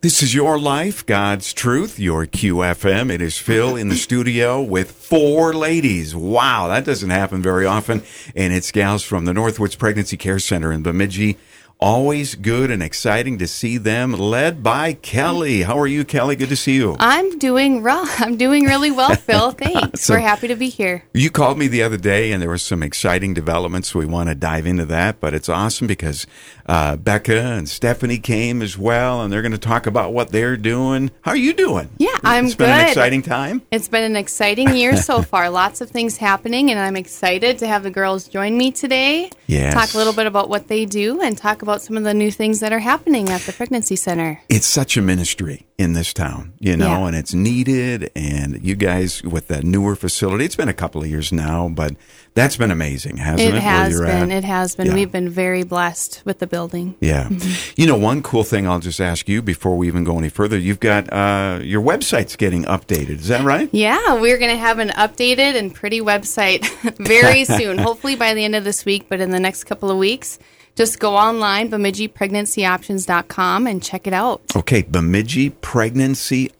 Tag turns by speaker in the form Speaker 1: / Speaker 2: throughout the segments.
Speaker 1: This is your life, God's truth, your QFM. It is Phil in the studio with four ladies. Wow, that doesn't happen very often. And it's gals from the Northwoods Pregnancy Care Center in Bemidji. Always good and exciting to see them, led by Kelly. How are you, Kelly? Good to see you.
Speaker 2: I'm doing well. I'm doing really well, Phil. Thanks.
Speaker 1: So-
Speaker 2: We're happy to be here.
Speaker 1: You called me the other day, and there were some exciting developments. We want to dive into that, but it's awesome because uh, Becca and Stephanie came as well, and they're going to talk about what they're doing. How are you doing?
Speaker 2: Yeah, I'm
Speaker 1: It's been an
Speaker 2: good.
Speaker 1: exciting time.
Speaker 2: It's been an exciting year so far. Lots of things happening, and I'm excited to have the girls join me today.
Speaker 1: Yes.
Speaker 2: Talk a little bit about what they do and talk about some of the new things that are happening at the pregnancy center.
Speaker 1: It's such a ministry in this town, you know,
Speaker 2: Yeah.
Speaker 1: and it's needed. And you guys with that newer facility, it's been a couple of years now, but that's been amazing, hasn't it?
Speaker 2: it
Speaker 1: where
Speaker 2: has
Speaker 1: you're
Speaker 2: been.
Speaker 1: at?
Speaker 2: It has been.
Speaker 1: Yeah.
Speaker 2: We've been very blessed with the building.
Speaker 1: Yeah.
Speaker 2: Mm-hmm.
Speaker 1: You know, one cool thing I'll just ask you before we even go any further, you've got uh, your website's getting updated. Is that right?
Speaker 2: Yeah, we're going to have an updated and pretty website very soon. Hopefully by the end of this week, but in the next couple of weeks. Just go online, BemidjiPregnancyOptions.com, and check it out.
Speaker 1: Okay, Bemidji Pregnancy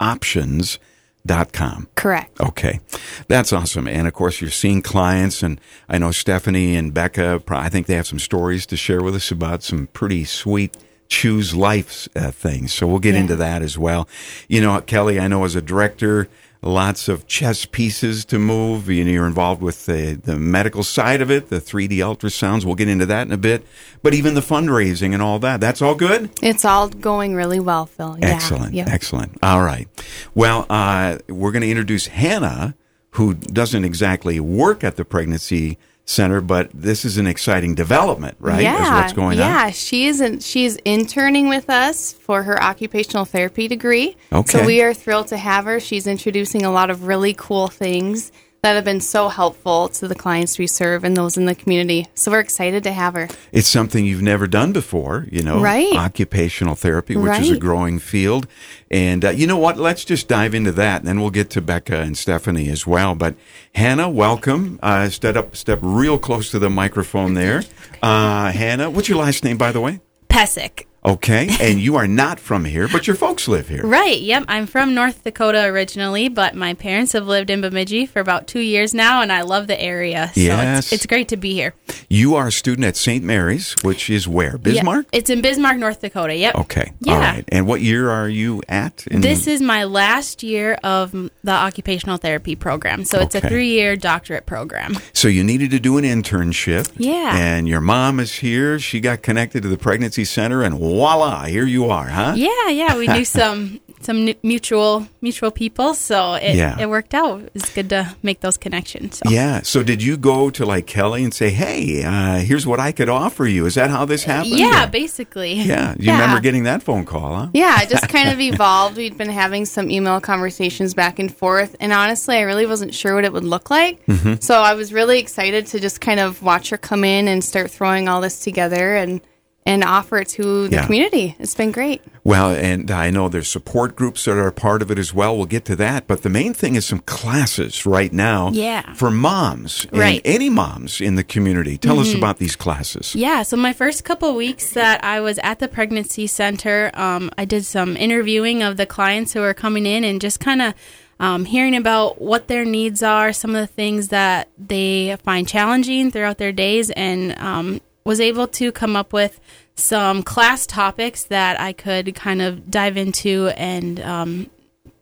Speaker 1: Options.com.
Speaker 2: Correct.
Speaker 1: Okay, that's awesome. And of course, you're seeing clients, and I know Stephanie and Becca, pro- I think they have some stories to share with us about some pretty sweet choose life uh, things. So we'll get into that as well. You know, Kelly, I know as a director, lots of chess pieces to move. You know, you're involved with the, the medical side of it, the 3D ultrasounds. We'll get into that in a bit. But even the fundraising and all that, that's all good?
Speaker 2: It's all going really well, Phil. Yeah.
Speaker 1: Excellent.
Speaker 2: Yeah.
Speaker 1: Excellent. All right. Well, uh, we're going to introduce Hannah, who doesn't exactly work at the pregnancy center, but this is an exciting development, right? Is
Speaker 2: Yeah.
Speaker 1: what's going
Speaker 2: Yeah. She isn't. She's interning with us for her occupational therapy degree.
Speaker 1: Okay.
Speaker 2: So we are thrilled to have her. She's introducing a lot of really cool things that have been so helpful to the clients we serve and those in the community. So we're excited to have her.
Speaker 1: on. It's something you've never done before, you know,
Speaker 2: Right.
Speaker 1: occupational therapy, which is a
Speaker 2: Right.
Speaker 1: growing field. And uh, you know what? Let's just dive into that, and then we'll get to Becca and Stephanie as well. But Hannah, welcome. Uh, step up, step real close to the microphone there. Uh, Hannah, what's your last name, by the way?
Speaker 3: Pesek.
Speaker 1: Okay, and you are not from here, but your folks live here.
Speaker 3: Right, yep. I'm from North Dakota originally, but my parents have lived in Bemidji for about two years now, and I love the area. So
Speaker 1: Yes.
Speaker 3: it's, it's great to be here.
Speaker 1: You are a student at St. Mary's, which is where?
Speaker 3: Yeah,
Speaker 1: Bismarck?
Speaker 3: it's in Bismarck, North Dakota, yep.
Speaker 1: Okay, all
Speaker 3: Yeah.
Speaker 1: right. And what year are you at? in-
Speaker 3: This is my last year of m- the occupational therapy program. So it's
Speaker 1: Okay.
Speaker 3: a three year doctorate program.
Speaker 1: so you needed to do an internship.
Speaker 3: Yeah.
Speaker 1: And your mom is here. She got connected to the pregnancy center, and voila, here you are, huh?
Speaker 3: Yeah, yeah. We knew some some nu- mutual mutual people, so it,
Speaker 1: Yeah.
Speaker 3: it worked out. It's good to make those connections. So.
Speaker 1: Yeah. So did you go to like Kelly and say, "Hey, uh, here's what I could offer you"? Is that how this happened?
Speaker 3: Yeah,
Speaker 1: Or-
Speaker 3: basically.
Speaker 1: yeah. You remember getting that phone call, huh?
Speaker 2: Yeah, it just kind of evolved. We'd been having some email conversations back and forth, and honestly, I really wasn't sure what it would look like.
Speaker 1: Mm-hmm.
Speaker 2: So I was really excited to just kind of watch her come in and start throwing all this together and and offer it to the
Speaker 1: Yeah.
Speaker 2: community. It's been great.
Speaker 1: Well, and I know there's support groups that are a part of it as well. We'll get to that. But the main thing is some classes right now
Speaker 3: Yeah.
Speaker 1: for moms and
Speaker 3: Right. Mm-hmm.
Speaker 1: any moms in the community. Tell us about these classes.
Speaker 3: Yeah, so my first couple weeks that I was at the pregnancy center, um, I did some interviewing of the clients who were coming in and just kind of um, hearing about what their needs are, some of the things that they find challenging throughout their days, and um, was able to come up with some class topics that I could kind of dive into and um,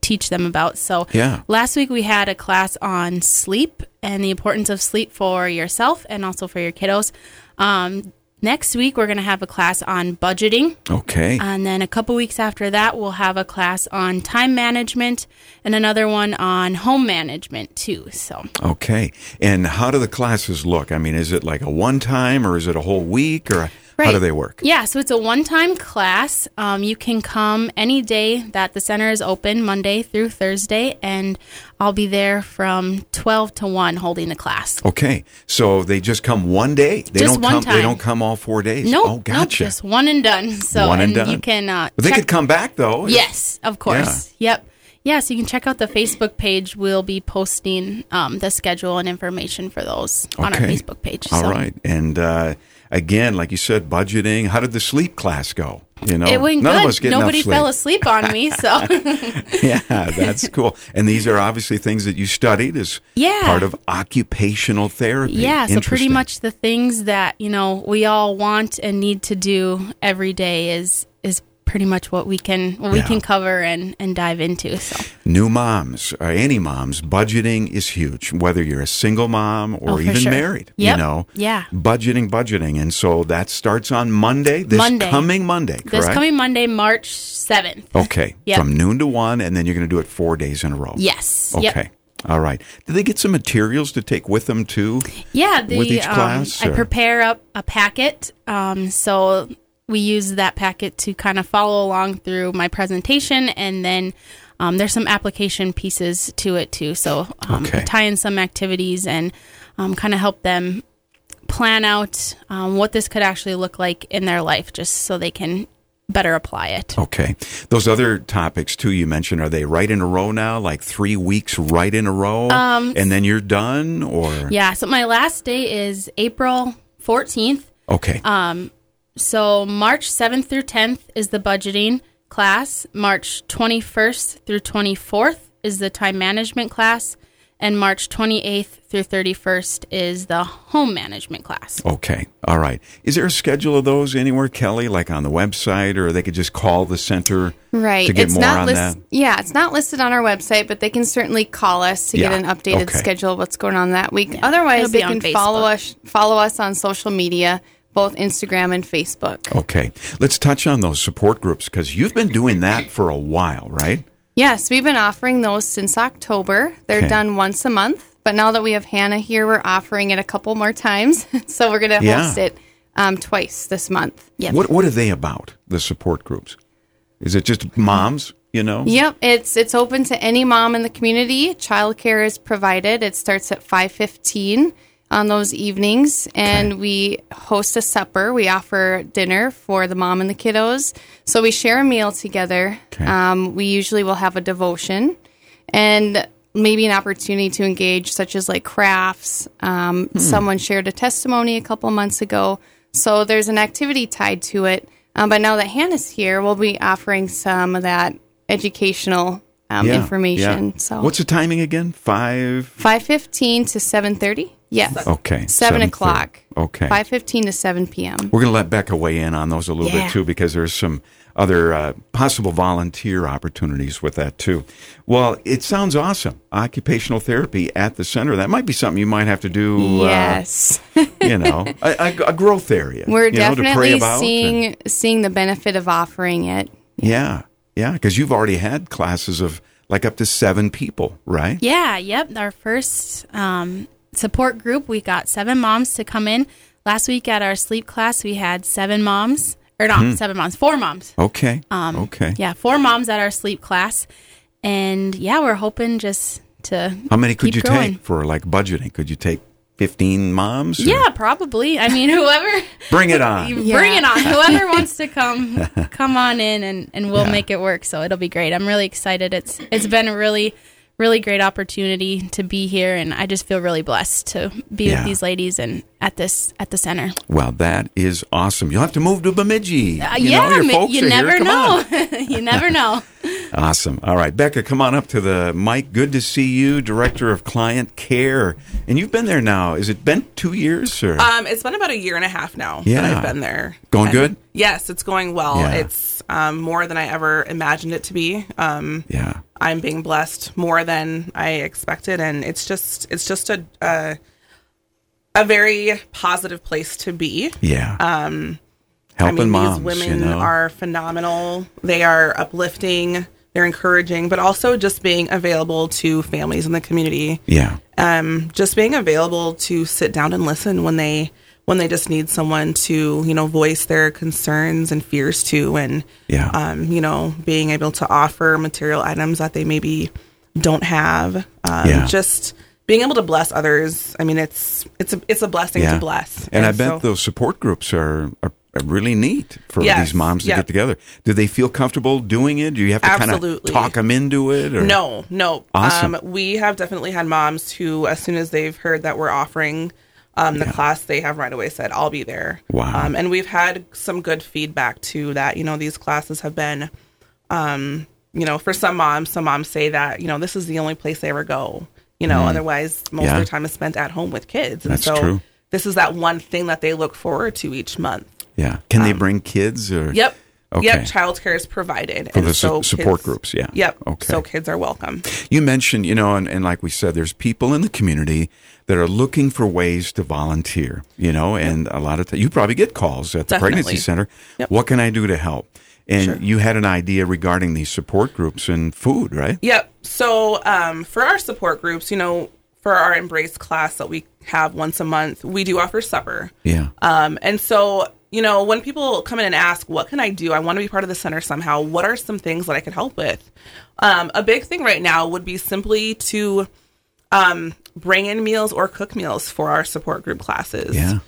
Speaker 3: teach them about. So
Speaker 1: Yeah.
Speaker 3: last week we had a class on sleep and the importance of sleep for yourself and also for your kiddos. Um, next week we're going to have a class on budgeting.
Speaker 1: Okay.
Speaker 3: And then a couple weeks after that, we'll have a class on time management and another one on home management, too. So,
Speaker 1: okay. And how do the classes look? I mean, is it like a one time or is it a whole week or how do
Speaker 3: Right.
Speaker 1: they work?
Speaker 3: Yeah, so it's a one time class. Um, you can come any day that the center is open, Monday through Thursday, and I'll be there from 12 to 1 holding the class.
Speaker 1: Okay. So they just come one day? They
Speaker 3: Just
Speaker 1: don't
Speaker 3: one
Speaker 1: come they
Speaker 3: time.
Speaker 1: don't come all four days.
Speaker 3: No,
Speaker 1: Oh gotcha.
Speaker 3: no, just one and done. So
Speaker 1: One and
Speaker 3: and
Speaker 1: done.
Speaker 3: You can. Uh,
Speaker 1: But they
Speaker 3: check-
Speaker 1: could come back though. if-
Speaker 3: Yes, of course. Yep. Yeah, so you can check out the Facebook page. We'll be posting um, the schedule and information for those on our
Speaker 1: Okay.
Speaker 3: Facebook page.
Speaker 1: All
Speaker 3: so.
Speaker 1: right. And uh, again, like you said, budgeting. How did the sleep class go? You know,
Speaker 3: It went
Speaker 1: none
Speaker 3: good.
Speaker 1: of us get
Speaker 3: Nobody
Speaker 1: enough sleep.
Speaker 3: fell asleep on me, so
Speaker 1: yeah, that's cool. And these are obviously things that you studied as
Speaker 3: Yeah.
Speaker 1: part of occupational therapy.
Speaker 3: yeah. So pretty
Speaker 1: Interesting.
Speaker 3: much the things that you know we all want and need to do every day is is pretty much what we can what we
Speaker 1: Yeah.
Speaker 3: can cover and and dive into. So
Speaker 1: New moms or any moms, budgeting is huge, whether you're a single mom or
Speaker 3: Oh, for
Speaker 1: even
Speaker 3: sure.
Speaker 1: married.
Speaker 3: Yep.
Speaker 1: You know,
Speaker 3: Yeah.
Speaker 1: budgeting, budgeting, and so that starts on Monday. This
Speaker 3: Monday.
Speaker 1: coming Monday, correct?
Speaker 3: this coming Monday, March seventh.
Speaker 1: okay,
Speaker 3: Yep.
Speaker 1: from noon to one, and then you're going to do it four days in a row.
Speaker 3: Yes.
Speaker 1: Okay.
Speaker 3: Yep.
Speaker 1: All right. Do they get some materials to take with them too?
Speaker 3: Yeah, the,
Speaker 1: with each
Speaker 3: um,
Speaker 1: class,
Speaker 3: I
Speaker 1: or-
Speaker 3: prepare up a packet. Um, so we use that packet to kind of follow along through my presentation, and then um, there's some application pieces to it too. So um,
Speaker 1: Okay.
Speaker 3: I tie in some activities and um, kind of help them plan out um, what this could actually look like in their life, just so they can better apply it.
Speaker 1: Okay. Those other topics too you mentioned, are they right in a row now? Like three weeks right in a row? Um, and then you're done or
Speaker 3: Yeah. So my last day is April 14th.
Speaker 1: Okay.
Speaker 3: So March 7th through 10th is the budgeting class. March 21st through 24th is the time management class. And March 28th through 31st is the home management class.
Speaker 1: okay. All right. Is there a schedule of those anywhere, Kelly? Like on the website or they could just call the center
Speaker 2: Right.
Speaker 1: to get
Speaker 2: it's
Speaker 1: more
Speaker 2: not
Speaker 1: on
Speaker 2: lis-
Speaker 1: that?
Speaker 2: Yeah, it's not listed on our website, but they can certainly call us to
Speaker 1: Yeah,
Speaker 2: get an updated
Speaker 1: okay.
Speaker 2: schedule of what's going on that week. Otherwise,
Speaker 3: it'll
Speaker 2: they
Speaker 3: be on
Speaker 2: can follow
Speaker 3: Facebook.
Speaker 2: us follow us on social media, both Instagram and Facebook.
Speaker 1: Okay. Let's touch on those support groups because you've been doing that for a while, right?
Speaker 2: Yes, we've been offering those since October. They're
Speaker 1: Okay.
Speaker 2: done once a month, but now that we have Hannah here, we're offering it a couple more times. so we're going to
Speaker 1: Yeah.
Speaker 2: host it um, twice this month.
Speaker 3: Yep.
Speaker 1: What what are they about, the support groups? Is it just moms, you know?
Speaker 2: Yep, it's it's open to any mom in the community. Childcare is provided. It starts at five fifteen on those evenings, and we host a supper. We offer dinner for the mom and the kiddos, so we share a meal together.
Speaker 1: Okay.
Speaker 2: Um, we usually will have a devotion, and maybe an opportunity to engage, such as like crafts. Um,
Speaker 1: Hmm.
Speaker 2: Someone shared a testimony a couple months ago, so there's an activity tied to it. Um, but now that Hannah's here, we'll be offering some of that educational um,
Speaker 1: Yeah,
Speaker 2: information.
Speaker 1: yeah.
Speaker 2: So
Speaker 1: what's the timing again? Five
Speaker 2: five fifteen to seven thirty? Yes.
Speaker 1: Okay.
Speaker 2: Seven
Speaker 1: 7:30.
Speaker 2: o'clock.
Speaker 1: Okay.
Speaker 2: Five fifteen to seven p.m.
Speaker 1: We're going to let Becca weigh in on those a little
Speaker 3: Yeah.
Speaker 1: bit too, because there's some other uh, possible volunteer opportunities with that too. Well, it sounds awesome. Occupational therapy at the center. That might be something you might have to do.
Speaker 2: Yes,
Speaker 1: Uh, you know, a, a, a growth area.
Speaker 2: we're
Speaker 1: you know, to pray
Speaker 2: definitely
Speaker 1: about and-
Speaker 2: seeing seeing the benefit of offering it.
Speaker 1: yeah, yeah, because you've already had classes of like up to seven people, right?
Speaker 3: Yeah, yep. Our first um, support group, we got seven moms to come in. Last week at our sleep class, we had seven moms, or not seven moms, four moms.
Speaker 1: Okay. Hmm. okay.
Speaker 3: Um, Yeah, four moms at our sleep class. And yeah, we're hoping just to.
Speaker 1: How many could
Speaker 3: keep
Speaker 1: you
Speaker 3: growing.
Speaker 1: take for like budgeting? Could you take 15 moms? or-
Speaker 3: Yeah, probably. I mean, whoever.
Speaker 1: Bring it on.
Speaker 2: Yeah.
Speaker 3: Bring it on. Whoever wants to come, come on in and, and we'll
Speaker 1: Yeah.
Speaker 3: make it work. So it'll be great. I'm really excited. It's It's been a really, really great opportunity to be here. And I just feel really blessed to be
Speaker 1: Yeah.
Speaker 3: with these ladies and at this, at the center.
Speaker 1: Well, that is awesome. You'll have to move to Bemidji.
Speaker 3: Uh,
Speaker 1: you know,
Speaker 3: yeah,
Speaker 1: your
Speaker 3: ma-
Speaker 1: folks
Speaker 3: you
Speaker 1: are
Speaker 3: never
Speaker 1: here. Come
Speaker 3: know. you never know.
Speaker 1: On. Awesome. All right, Becca, come on up to the mic. Good to see you, Director of Client Care. And you've been there now. Is it been two years or?
Speaker 3: Uh,
Speaker 4: Um, it's been about a year and a half now
Speaker 1: Yeah.
Speaker 4: that I've been there.
Speaker 1: Going
Speaker 4: And
Speaker 1: good?
Speaker 4: Yes, it's going well.
Speaker 1: Yeah.
Speaker 4: It's um, more than I ever imagined it to be. Um,
Speaker 1: yeah.
Speaker 4: I'm being blessed more than I expected, and it's just it's just a a, a very positive place to be.
Speaker 1: Yeah. Um, Helping
Speaker 4: I mean,
Speaker 1: moms.
Speaker 4: these women
Speaker 1: you know?
Speaker 4: are phenomenal. They are uplifting. They're encouraging, but also just being available to families in the community.
Speaker 1: Yeah.
Speaker 4: um, just being available to sit down and listen when they when they just need someone to you know voice their concerns and fears to and
Speaker 1: Yeah.
Speaker 4: um, you know being able to offer material items that they maybe don't have um,
Speaker 1: Yeah.
Speaker 4: just being able to bless others i mean it's it's a it's a blessing
Speaker 1: yeah.
Speaker 4: to bless
Speaker 1: And, I bet
Speaker 4: so-
Speaker 1: those support groups are, are, are really neat for
Speaker 4: Yes,
Speaker 1: these moms to
Speaker 4: yeah.
Speaker 1: get together. Do they feel comfortable doing it? Do you have to kind of
Speaker 4: Absolutely.
Speaker 1: talk them into it? Or?
Speaker 4: No, no.
Speaker 1: Awesome.
Speaker 4: Um, we have definitely had moms who, as soon as they've heard that we're offering um, the class they have right away said, I'll be there.
Speaker 1: Wow.
Speaker 4: Um, and we've had some good feedback too that, you know, these classes have been, um, you know, for some moms, some moms say that, you know, this is the only place they ever go. You know, otherwise most
Speaker 1: Mm. Yeah.
Speaker 4: of their time is spent at home with kids. And
Speaker 1: That's
Speaker 4: so
Speaker 1: true.
Speaker 4: this is that one thing that they look forward to each month.
Speaker 1: Yeah. Can they bring kids or?
Speaker 4: Um, Yep.
Speaker 1: Okay.
Speaker 4: Yep. Childcare is provided.
Speaker 1: For the su- support
Speaker 4: kids-
Speaker 1: groups, yeah.
Speaker 4: Yep.
Speaker 1: Okay.
Speaker 4: So kids are welcome.
Speaker 1: You mentioned, you know, and, and like we said, there's people in the community that are looking for ways to volunteer, you know, and a lot of times you probably get calls at the pregnancy
Speaker 4: Definitely.
Speaker 1: center.
Speaker 4: Yep.
Speaker 1: What can I do to help? And you had an idea regarding these support groups and food, right?
Speaker 4: Yep. So um, for our support groups, you know, for our embrace class that we have once a month, we do offer supper.
Speaker 1: Yeah.
Speaker 4: Um, and so, you know, when people come in and ask, what can I do? I want to be part of the center somehow. What are some things that I could help with? Um, a big thing right now would be simply to um, bring in meals or cook meals for our support group classes.
Speaker 1: yeah.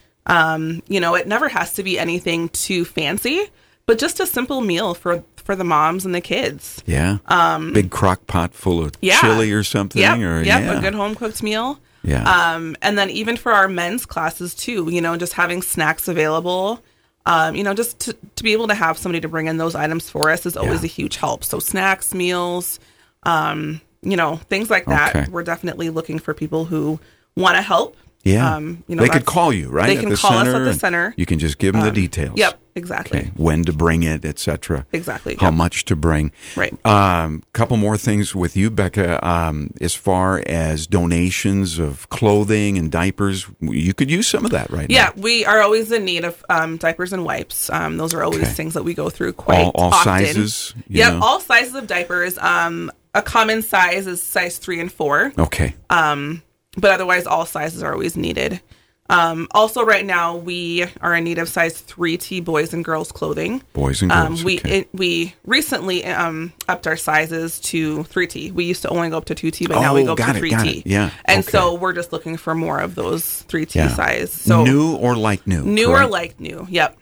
Speaker 4: You know, it never has to be anything too fancy, but just a simple meal for for the moms and the kids.
Speaker 1: Yeah. Um, Big crock pot full of
Speaker 4: Yeah.
Speaker 1: chili or something.
Speaker 4: Yep,
Speaker 1: Or,
Speaker 4: yep,
Speaker 1: yeah.
Speaker 4: a good home cooked meal.
Speaker 1: Yeah.
Speaker 4: Um, and then even for our men's classes too, you know, just having snacks available, um, you know, just to, to be able to have somebody to bring in those items for us is always
Speaker 1: Yeah.
Speaker 4: a huge help. So snacks, meals, um, you know, things like that.
Speaker 1: Okay.
Speaker 4: We're definitely looking for people who want to help.
Speaker 1: yeah.
Speaker 4: um, you know,
Speaker 1: they could
Speaker 4: that's-
Speaker 1: call you, right?
Speaker 4: They
Speaker 1: at
Speaker 4: can
Speaker 1: the
Speaker 4: call us at
Speaker 1: center,
Speaker 4: the
Speaker 1: and
Speaker 4: center. Um,
Speaker 1: You can just give them the details.
Speaker 4: Yep, exactly.
Speaker 1: Okay. When to bring it, etc.
Speaker 4: Exactly,
Speaker 1: How
Speaker 4: yep.
Speaker 1: much to bring.
Speaker 4: Right.
Speaker 1: Um, couple more things with you, Becca. Um, as far as donations of clothing and diapers, you could use some of that right
Speaker 4: Yeah,
Speaker 1: now.
Speaker 4: we are always in need of um, diapers and wipes. Um, those are always
Speaker 1: Okay.
Speaker 4: things that we go through quite
Speaker 1: All- all
Speaker 4: often.
Speaker 1: sizes, you
Speaker 4: Yep,
Speaker 1: know?
Speaker 4: all sizes of diapers. Um, a common size is size three and four,
Speaker 1: Okay.
Speaker 4: Uh, but otherwise all sizes are always needed. Um, also, right now we are in need of size three T boys and girls clothing.
Speaker 1: Boys and
Speaker 4: Um,
Speaker 1: girls.
Speaker 4: we
Speaker 1: okay.
Speaker 4: it, we recently um, upped our sizes to three T. We used to only go up to two T, but now we
Speaker 1: Oh,
Speaker 4: go up
Speaker 1: got
Speaker 4: to
Speaker 1: it,
Speaker 4: three
Speaker 1: got
Speaker 4: T.
Speaker 1: it. Yeah,
Speaker 4: and
Speaker 1: okay.
Speaker 4: so we're just looking for more of those three T
Speaker 1: Yeah.
Speaker 4: size. So
Speaker 1: new or like new?
Speaker 4: new or
Speaker 1: correct?
Speaker 4: like new. Yep.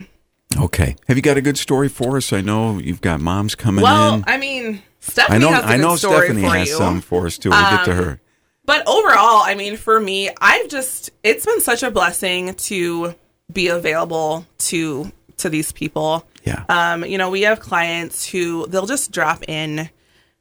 Speaker 1: Okay. Have you got a good story for us? I know you've got moms coming
Speaker 4: Well,
Speaker 1: in.
Speaker 4: I mean, Stephanie has a good
Speaker 1: know
Speaker 4: story
Speaker 1: Stephanie
Speaker 4: for
Speaker 1: has
Speaker 4: you. Um,
Speaker 1: some for us too. We'll get to her.
Speaker 4: But overall, I mean, for me, I've just it's been such a blessing to be available to to these people.
Speaker 1: Yeah.
Speaker 4: Um, you know, we have clients who they'll just drop in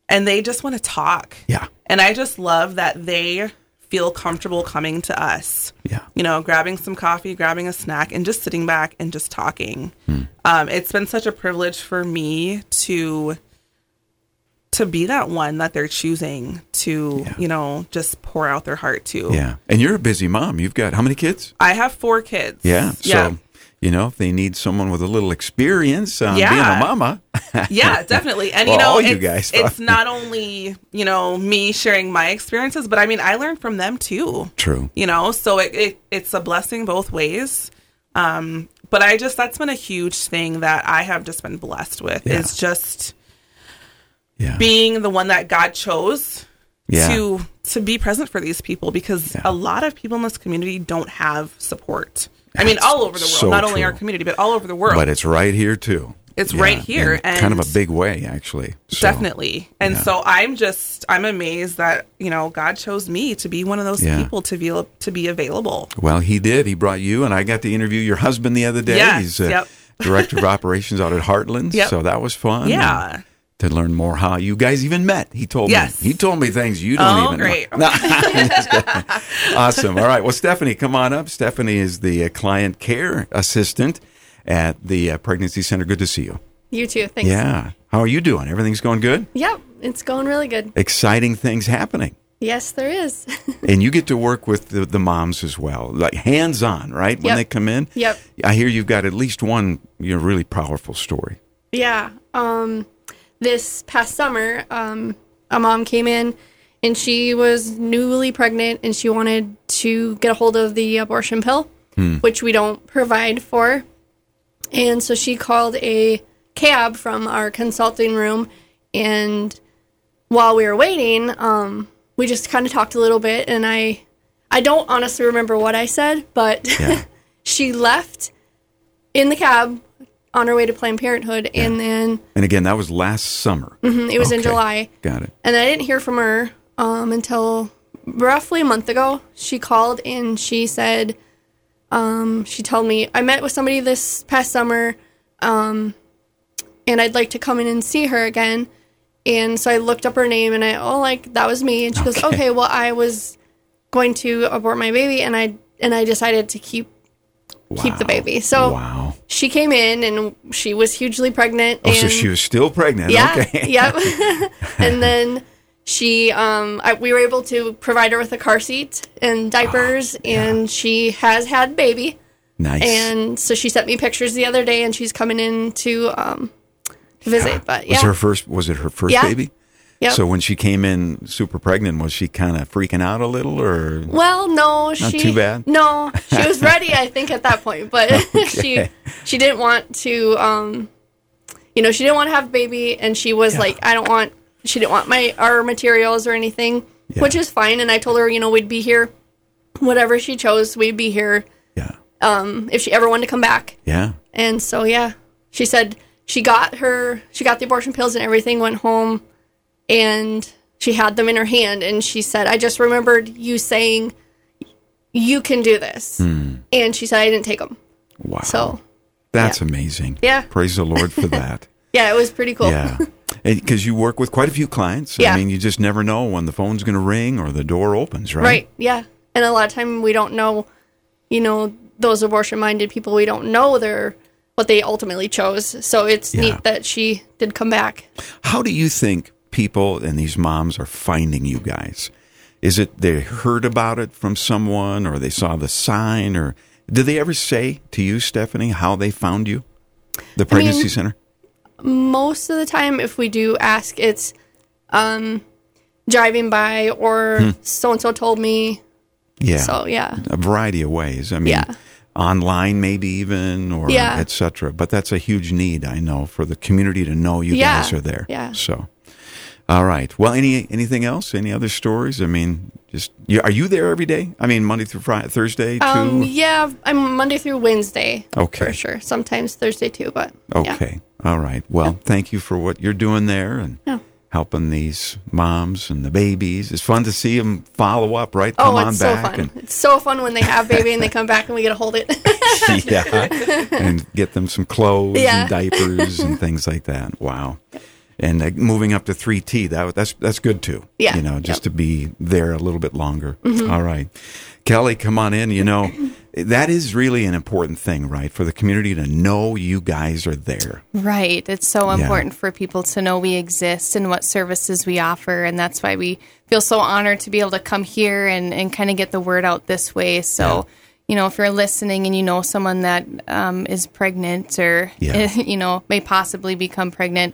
Speaker 4: and they just want to talk.
Speaker 1: Yeah.
Speaker 4: And I just love that they feel comfortable coming to us.
Speaker 1: Yeah.
Speaker 4: You know, grabbing some coffee, grabbing a snack, and just sitting back and just talking.
Speaker 1: Hmm.
Speaker 4: Um, it's been such a privilege for me to to be that one that they're choosing to, you know, just pour out their heart to.
Speaker 1: Yeah. And you're a busy mom. You've got how many kids?
Speaker 4: I have four kids.
Speaker 1: Yeah.
Speaker 4: Yeah.
Speaker 1: So, you know, if they need someone with a little experience on being a
Speaker 4: Yeah.
Speaker 1: mama,
Speaker 4: yeah, definitely. And
Speaker 1: Well,
Speaker 4: you know,
Speaker 1: all
Speaker 4: it's,
Speaker 1: you guys
Speaker 4: it's
Speaker 1: are.
Speaker 4: not only, you know, me sharing my experiences, but I mean, I learned from them too.
Speaker 1: True.
Speaker 4: You know, so it, it it's a blessing both ways. Um, but I just that's been a huge thing that I have just been blessed with
Speaker 1: Yeah.
Speaker 4: is just
Speaker 1: yeah.
Speaker 4: being the one that God chose
Speaker 1: Yeah.
Speaker 4: to to be present for these people because
Speaker 1: Yeah.
Speaker 4: a lot of people in this community don't have support. I mean, all over the world,
Speaker 1: so
Speaker 4: not only our
Speaker 1: true.
Speaker 4: community, but all over the world.
Speaker 1: but it's right here too.
Speaker 4: It's right here,
Speaker 1: in kind of
Speaker 4: and-
Speaker 1: a big way, actually. So,
Speaker 4: Definitely. And so I'm just I'm amazed that, you know, God chose me to be one of those
Speaker 1: Yeah.
Speaker 4: people to be to be available.
Speaker 1: Well, he did. He brought you, and I got to interview your husband the other day.
Speaker 4: Yes,
Speaker 1: He's uh,
Speaker 4: yep.
Speaker 1: director of operations out at Heartland.
Speaker 4: Yep.
Speaker 1: So that was fun.
Speaker 4: Yeah.
Speaker 1: And To learn more how you guys even met. He told
Speaker 4: Yes.
Speaker 1: me. He told me things you don't
Speaker 4: Oh,
Speaker 1: even know.
Speaker 4: great.
Speaker 1: No, I'm just kidding. awesome. All right. Well, Stephanie, come on up. Stephanie is the uh, client care assistant at the uh, pregnancy center. Good to see you.
Speaker 5: You too. Thanks.
Speaker 1: Yeah. How are you doing? Everything's going good?
Speaker 5: Yep. It's going really good.
Speaker 1: Exciting things happening.
Speaker 5: Yes, there is.
Speaker 1: And you get to work with the, the moms as well, like hands on, right? When
Speaker 5: Yep.
Speaker 1: they come in.
Speaker 5: Yep.
Speaker 1: I hear you've got at least one you know, really powerful story.
Speaker 5: yeah. Um, this past summer, um, a mom came in and she was newly pregnant and she wanted to get a hold of the abortion pill,
Speaker 1: Hmm.
Speaker 5: which we don't provide for. And so she called a cab from our consulting room. And while we were waiting, um, we just kind of talked a little bit. And I, I don't honestly remember what I said, but
Speaker 1: Yeah.
Speaker 5: she left in the cab on her way to Planned Parenthood, and then mm-hmm,
Speaker 1: and again, that was last summer.
Speaker 5: it was in
Speaker 1: Okay.
Speaker 5: July.
Speaker 1: Got it.
Speaker 5: And I didn't hear from her um, until roughly a month ago. She called and she said, Um, she told me I met with somebody this past summer, um, and I'd like to come in and see her again. And so I looked up her name, and I oh like that was me. And she goes,
Speaker 1: Okay.
Speaker 5: okay, well I was going to abort my baby, and I and I decided to keep keep the
Speaker 1: Wow.
Speaker 5: baby. So
Speaker 1: wow.
Speaker 5: she came in, and she was hugely pregnant.
Speaker 1: Oh,
Speaker 5: and
Speaker 1: so she was still pregnant.
Speaker 5: yeah,
Speaker 1: Okay.
Speaker 5: yep. and then she, um, I, we were able to provide her with a car seat and
Speaker 1: Ah,
Speaker 5: diapers, and she has had baby.
Speaker 1: Nice.
Speaker 5: And so she sent me pictures the other day, and she's coming in to um, visit. But yeah,
Speaker 1: was her first? Was it her first
Speaker 5: Yeah.
Speaker 1: baby?
Speaker 5: Yep.
Speaker 1: So when she came in super pregnant, was she kind of freaking out a little, or
Speaker 5: well, no, she
Speaker 1: too bad.
Speaker 5: No, she was ready, I think, at that point, but she she didn't want to, um, you know, she didn't want to have a baby, and she was like, I don't want. She didn't want my our materials or anything,
Speaker 1: Yeah.
Speaker 5: which is fine. And I told her, you know, we'd be here, whatever she chose, we'd be here
Speaker 1: yeah,
Speaker 5: um, if she ever wanted to come back.
Speaker 1: yeah,
Speaker 5: And so yeah, she said she got her she got the abortion pills and everything went home and she had them in her hand and she said I just remembered you saying you can do this.
Speaker 1: Hmm.
Speaker 5: And she said I didn't take them.
Speaker 1: wow.
Speaker 5: So,
Speaker 1: that's amazing.
Speaker 5: Yeah.
Speaker 1: Praise the Lord for that.
Speaker 5: yeah, it was pretty cool.
Speaker 1: yeah. Because you work with quite a few clients. I
Speaker 5: Yeah.
Speaker 1: mean, you just never know when the phone's going to ring or the door opens, right?
Speaker 5: right. Yeah. And a lot of time we don't know, you know, those abortion minded people we don't know their what they ultimately chose. So it's
Speaker 1: Yeah.
Speaker 5: neat that she did come back.
Speaker 1: How do you think people and these moms are finding you guys? Is it they heard about it from someone or they saw the sign or did they ever say to you, Stephanie, how they found you? The pregnancy center?
Speaker 5: most of the time if we do ask it's um driving by or so and so told me
Speaker 1: Hmm. Yeah.
Speaker 5: so yeah
Speaker 1: a variety of ways. I mean,
Speaker 5: Yeah.
Speaker 1: online maybe even or
Speaker 5: Yeah.
Speaker 1: et cetera. But that's a huge need, I know, for the community to know you
Speaker 5: Yeah.
Speaker 1: guys are there.
Speaker 5: Yeah.
Speaker 1: So, all right. Well, any anything else? Any other stories? I mean, just you, are you there every day? I mean, Monday through Friday, Thursday too.
Speaker 5: um yeah i'm monday through wednesday
Speaker 1: Okay.
Speaker 5: for sure sometimes thursday too but yeah.
Speaker 1: Okay. All right. Well, thank you for what you're doing there and
Speaker 5: Yeah.
Speaker 1: helping these moms and the babies. It's fun to see them follow up, right?
Speaker 5: oh
Speaker 1: Come on
Speaker 5: it's so
Speaker 1: back
Speaker 5: fun
Speaker 1: and
Speaker 5: it's so fun when they have baby and they come back and we get to hold it
Speaker 1: yeah, and get them some clothes
Speaker 5: Yeah.
Speaker 1: and diapers and things like that. Wow. And uh, moving up to 3T, that that's that's good too.
Speaker 5: Yeah.
Speaker 1: You know, just
Speaker 5: Yep. Mm-hmm.
Speaker 1: to be there a little bit longer. All right. Kelly, come on in. You know, that is really an important thing, right? For the community to know you guys are there.
Speaker 2: Right. It's so
Speaker 1: Yeah.
Speaker 2: important for people to know we exist and what services we offer. And that's why we feel so honored to be able to come here and, and kind of get the word out this way. So, you know, if you're listening and you know someone that um, is pregnant or,
Speaker 1: Yeah.
Speaker 2: you know, may possibly become pregnant,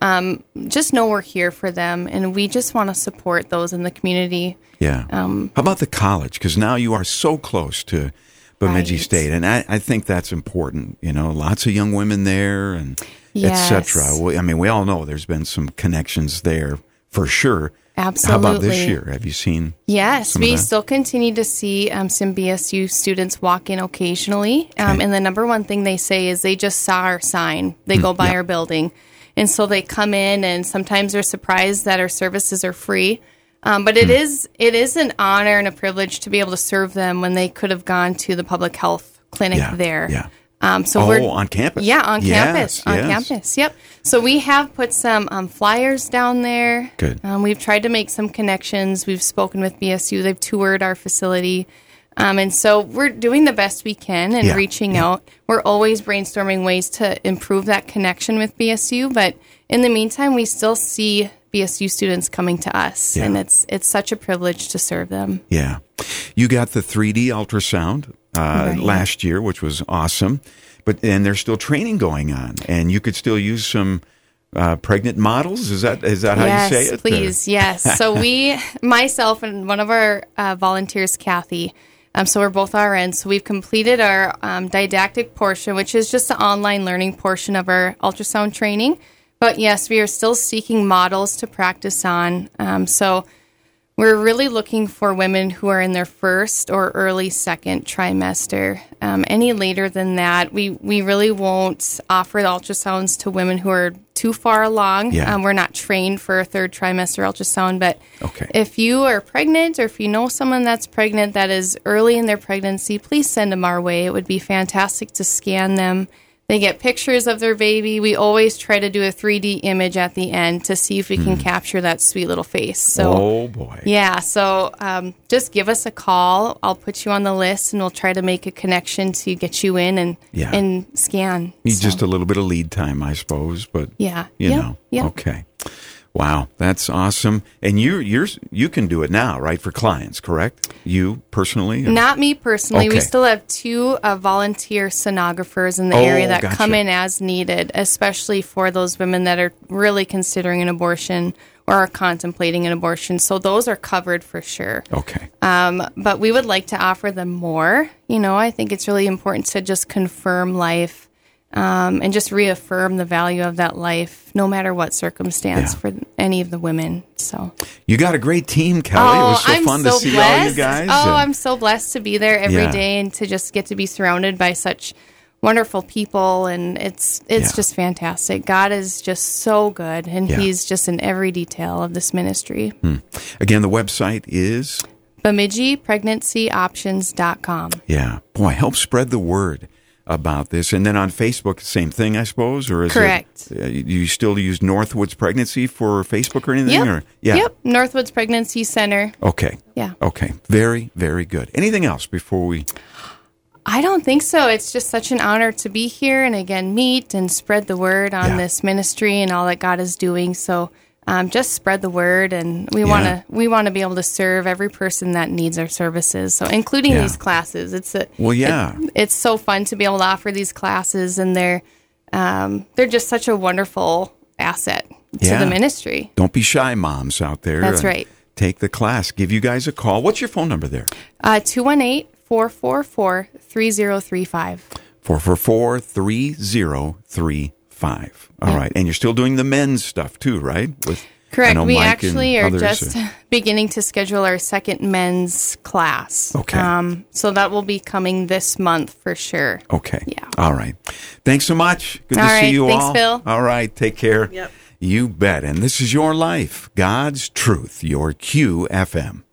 Speaker 2: um, just know we're here for them. And we just want to support those in the community.
Speaker 1: Yeah.
Speaker 2: Um,
Speaker 1: How about the college? Because now you are so close to Bemidji
Speaker 2: Right.
Speaker 1: State, and I, I think that's important. You know, lots of young women there, and et
Speaker 2: Yes.
Speaker 1: cetera. We, I mean, we all know there's been some connections there for sure. How about this
Speaker 2: Absolutely.
Speaker 1: year? Have you seen?
Speaker 2: Yes,
Speaker 1: some of
Speaker 2: we
Speaker 1: that?
Speaker 2: still continue to see um, some BSU students walk in occasionally. Um,
Speaker 1: Okay. Mm,
Speaker 2: And the number one thing they say is they just saw our sign. They go by our building. And so they come in, and sometimes they're surprised that our services are free. Um, but
Speaker 1: Mm.
Speaker 2: it is it is an honor and a privilege to be able to serve them when they could have gone to the public health clinic
Speaker 1: Yeah,
Speaker 2: there.
Speaker 1: yeah.
Speaker 2: Um, so
Speaker 1: oh,
Speaker 2: we're
Speaker 1: on campus.
Speaker 2: yeah, on campus.
Speaker 1: Yes,
Speaker 2: On
Speaker 1: yes.
Speaker 2: campus. Yep. So we have put some um, flyers down there.
Speaker 1: Good.
Speaker 2: Um, we've tried to make some connections. We've spoken with BSU. They've toured our facility. Um, and so we're doing the best we can and
Speaker 1: Yeah,
Speaker 2: reaching out. We're always brainstorming ways to improve that connection with BSU. But in the meantime, we still see BSU students coming to us.
Speaker 1: Yeah.
Speaker 2: And it's, it's such a privilege to serve them.
Speaker 1: Yeah. You got the 3D ultrasound uh,
Speaker 2: Right.
Speaker 1: last year, which was awesome. But and there's still training going on, and you could still use some uh, pregnant models. Is that is that how
Speaker 2: yes,
Speaker 1: you say it?
Speaker 2: please. Yes. So we, myself, and one of our uh, volunteers, Kathy. Um, so we're both RNs. So we've completed our um, didactic portion, which is just the online learning portion of our ultrasound training. But yes, we are still seeking models to practice on. Um, so We're really looking for women who are in their first or early second trimester. Um, any later than that, we, we really won't offer the ultrasounds to women who are too far along.
Speaker 1: Yeah.
Speaker 2: Um, we're not trained for a third trimester ultrasound, but
Speaker 1: Okay.
Speaker 2: if you are pregnant or if you know someone that's pregnant that is early in their pregnancy, please send them our way. It would be fantastic to scan them. They get pictures of their baby. We always try to do a 3D image at the end to see if we can capture that sweet little face. So,
Speaker 1: Hmm. oh boy.
Speaker 2: yeah, so um, just give us a call. I'll put you on the list and we'll try to make a connection to get you in and
Speaker 1: Yeah.
Speaker 2: and scan.
Speaker 1: Need
Speaker 2: So,
Speaker 1: Just a little bit of lead time, I suppose, but
Speaker 2: yeah.
Speaker 1: you
Speaker 2: yeah.
Speaker 1: know.
Speaker 2: Yeah.
Speaker 1: Okay. Wow, that's awesome. And you you're you can do it now, right? For clients, correct? You personally? or-
Speaker 2: Not me personally.
Speaker 1: Okay.
Speaker 2: We still have two uh, volunteer sonographers in the
Speaker 1: Oh,
Speaker 2: area that
Speaker 1: gotcha.
Speaker 2: come in as needed, especially for those women that are really considering an abortion or are contemplating an abortion. So those are covered for sure.
Speaker 1: Okay.
Speaker 2: Um, but we would like to offer them more. You know, I think it's really important to just confirm life um, and just reaffirm the value of that life, no matter what circumstance
Speaker 1: Yeah.
Speaker 2: for any of the women. So.
Speaker 1: You got a great team, Kelly. it was so fun to see all you guys.
Speaker 2: Oh,
Speaker 1: and-
Speaker 2: I'm so blessed to be there every day
Speaker 1: Yeah.
Speaker 2: and to just get to be surrounded by such wonderful people and it's it's
Speaker 1: Yeah.
Speaker 2: just fantastic. God is just so good and
Speaker 1: Yeah. Hmm.
Speaker 2: he's just in every detail of this ministry.
Speaker 1: Again, the website is
Speaker 2: Bemidji BemidjiPregnancyOptions.com.
Speaker 1: yeah. Boy, help spread the word about this. And then on Facebook, same thing, I suppose, or is
Speaker 2: Correct.
Speaker 1: It, uh, you still use Northwoods Pregnancy for Facebook or anything?
Speaker 2: Yep.
Speaker 1: Or
Speaker 2: Yep. Northwoods Pregnancy Center.
Speaker 1: Okay.
Speaker 2: Yeah.
Speaker 1: Okay. Very, very good. Anything else before we?
Speaker 2: I don't think so. It's just such an honor to be here and again meet and spread the word on
Speaker 1: Yeah.
Speaker 2: this ministry and all that God is doing. So um, just spread the word, and we
Speaker 1: Yeah.
Speaker 2: want to we want to be able to serve every person that needs our services. So including
Speaker 1: Yeah.
Speaker 2: these classes, it's a,
Speaker 1: Well, yeah.
Speaker 2: it- it's so fun to be able to offer these classes, and they're um, they're just such a wonderful asset to
Speaker 1: Yeah.
Speaker 2: the ministry.
Speaker 1: Don't be shy, moms out there.
Speaker 2: That's
Speaker 1: and
Speaker 2: right.
Speaker 1: Take the class. Give you guys a call. What's your phone number there?
Speaker 2: Uh, Two one eight four four four three zero three five.
Speaker 1: 444 3035. All right. And you're still doing the men's stuff too, right? With, I
Speaker 2: Correct.
Speaker 1: know
Speaker 2: We
Speaker 1: Mike and
Speaker 2: actually are
Speaker 1: others
Speaker 2: just beginning to schedule our second men's class.
Speaker 1: Okay.
Speaker 2: Um, so that will be coming this month for sure.
Speaker 1: Okay.
Speaker 2: Yeah.
Speaker 1: All right. Thanks so much. Good
Speaker 2: All
Speaker 1: to see
Speaker 2: right.
Speaker 1: you
Speaker 2: Thanks,
Speaker 1: all.
Speaker 2: Phil.
Speaker 1: All right. Take care.
Speaker 4: Yep.
Speaker 1: You bet. And this is your life, God's truth, your QFM.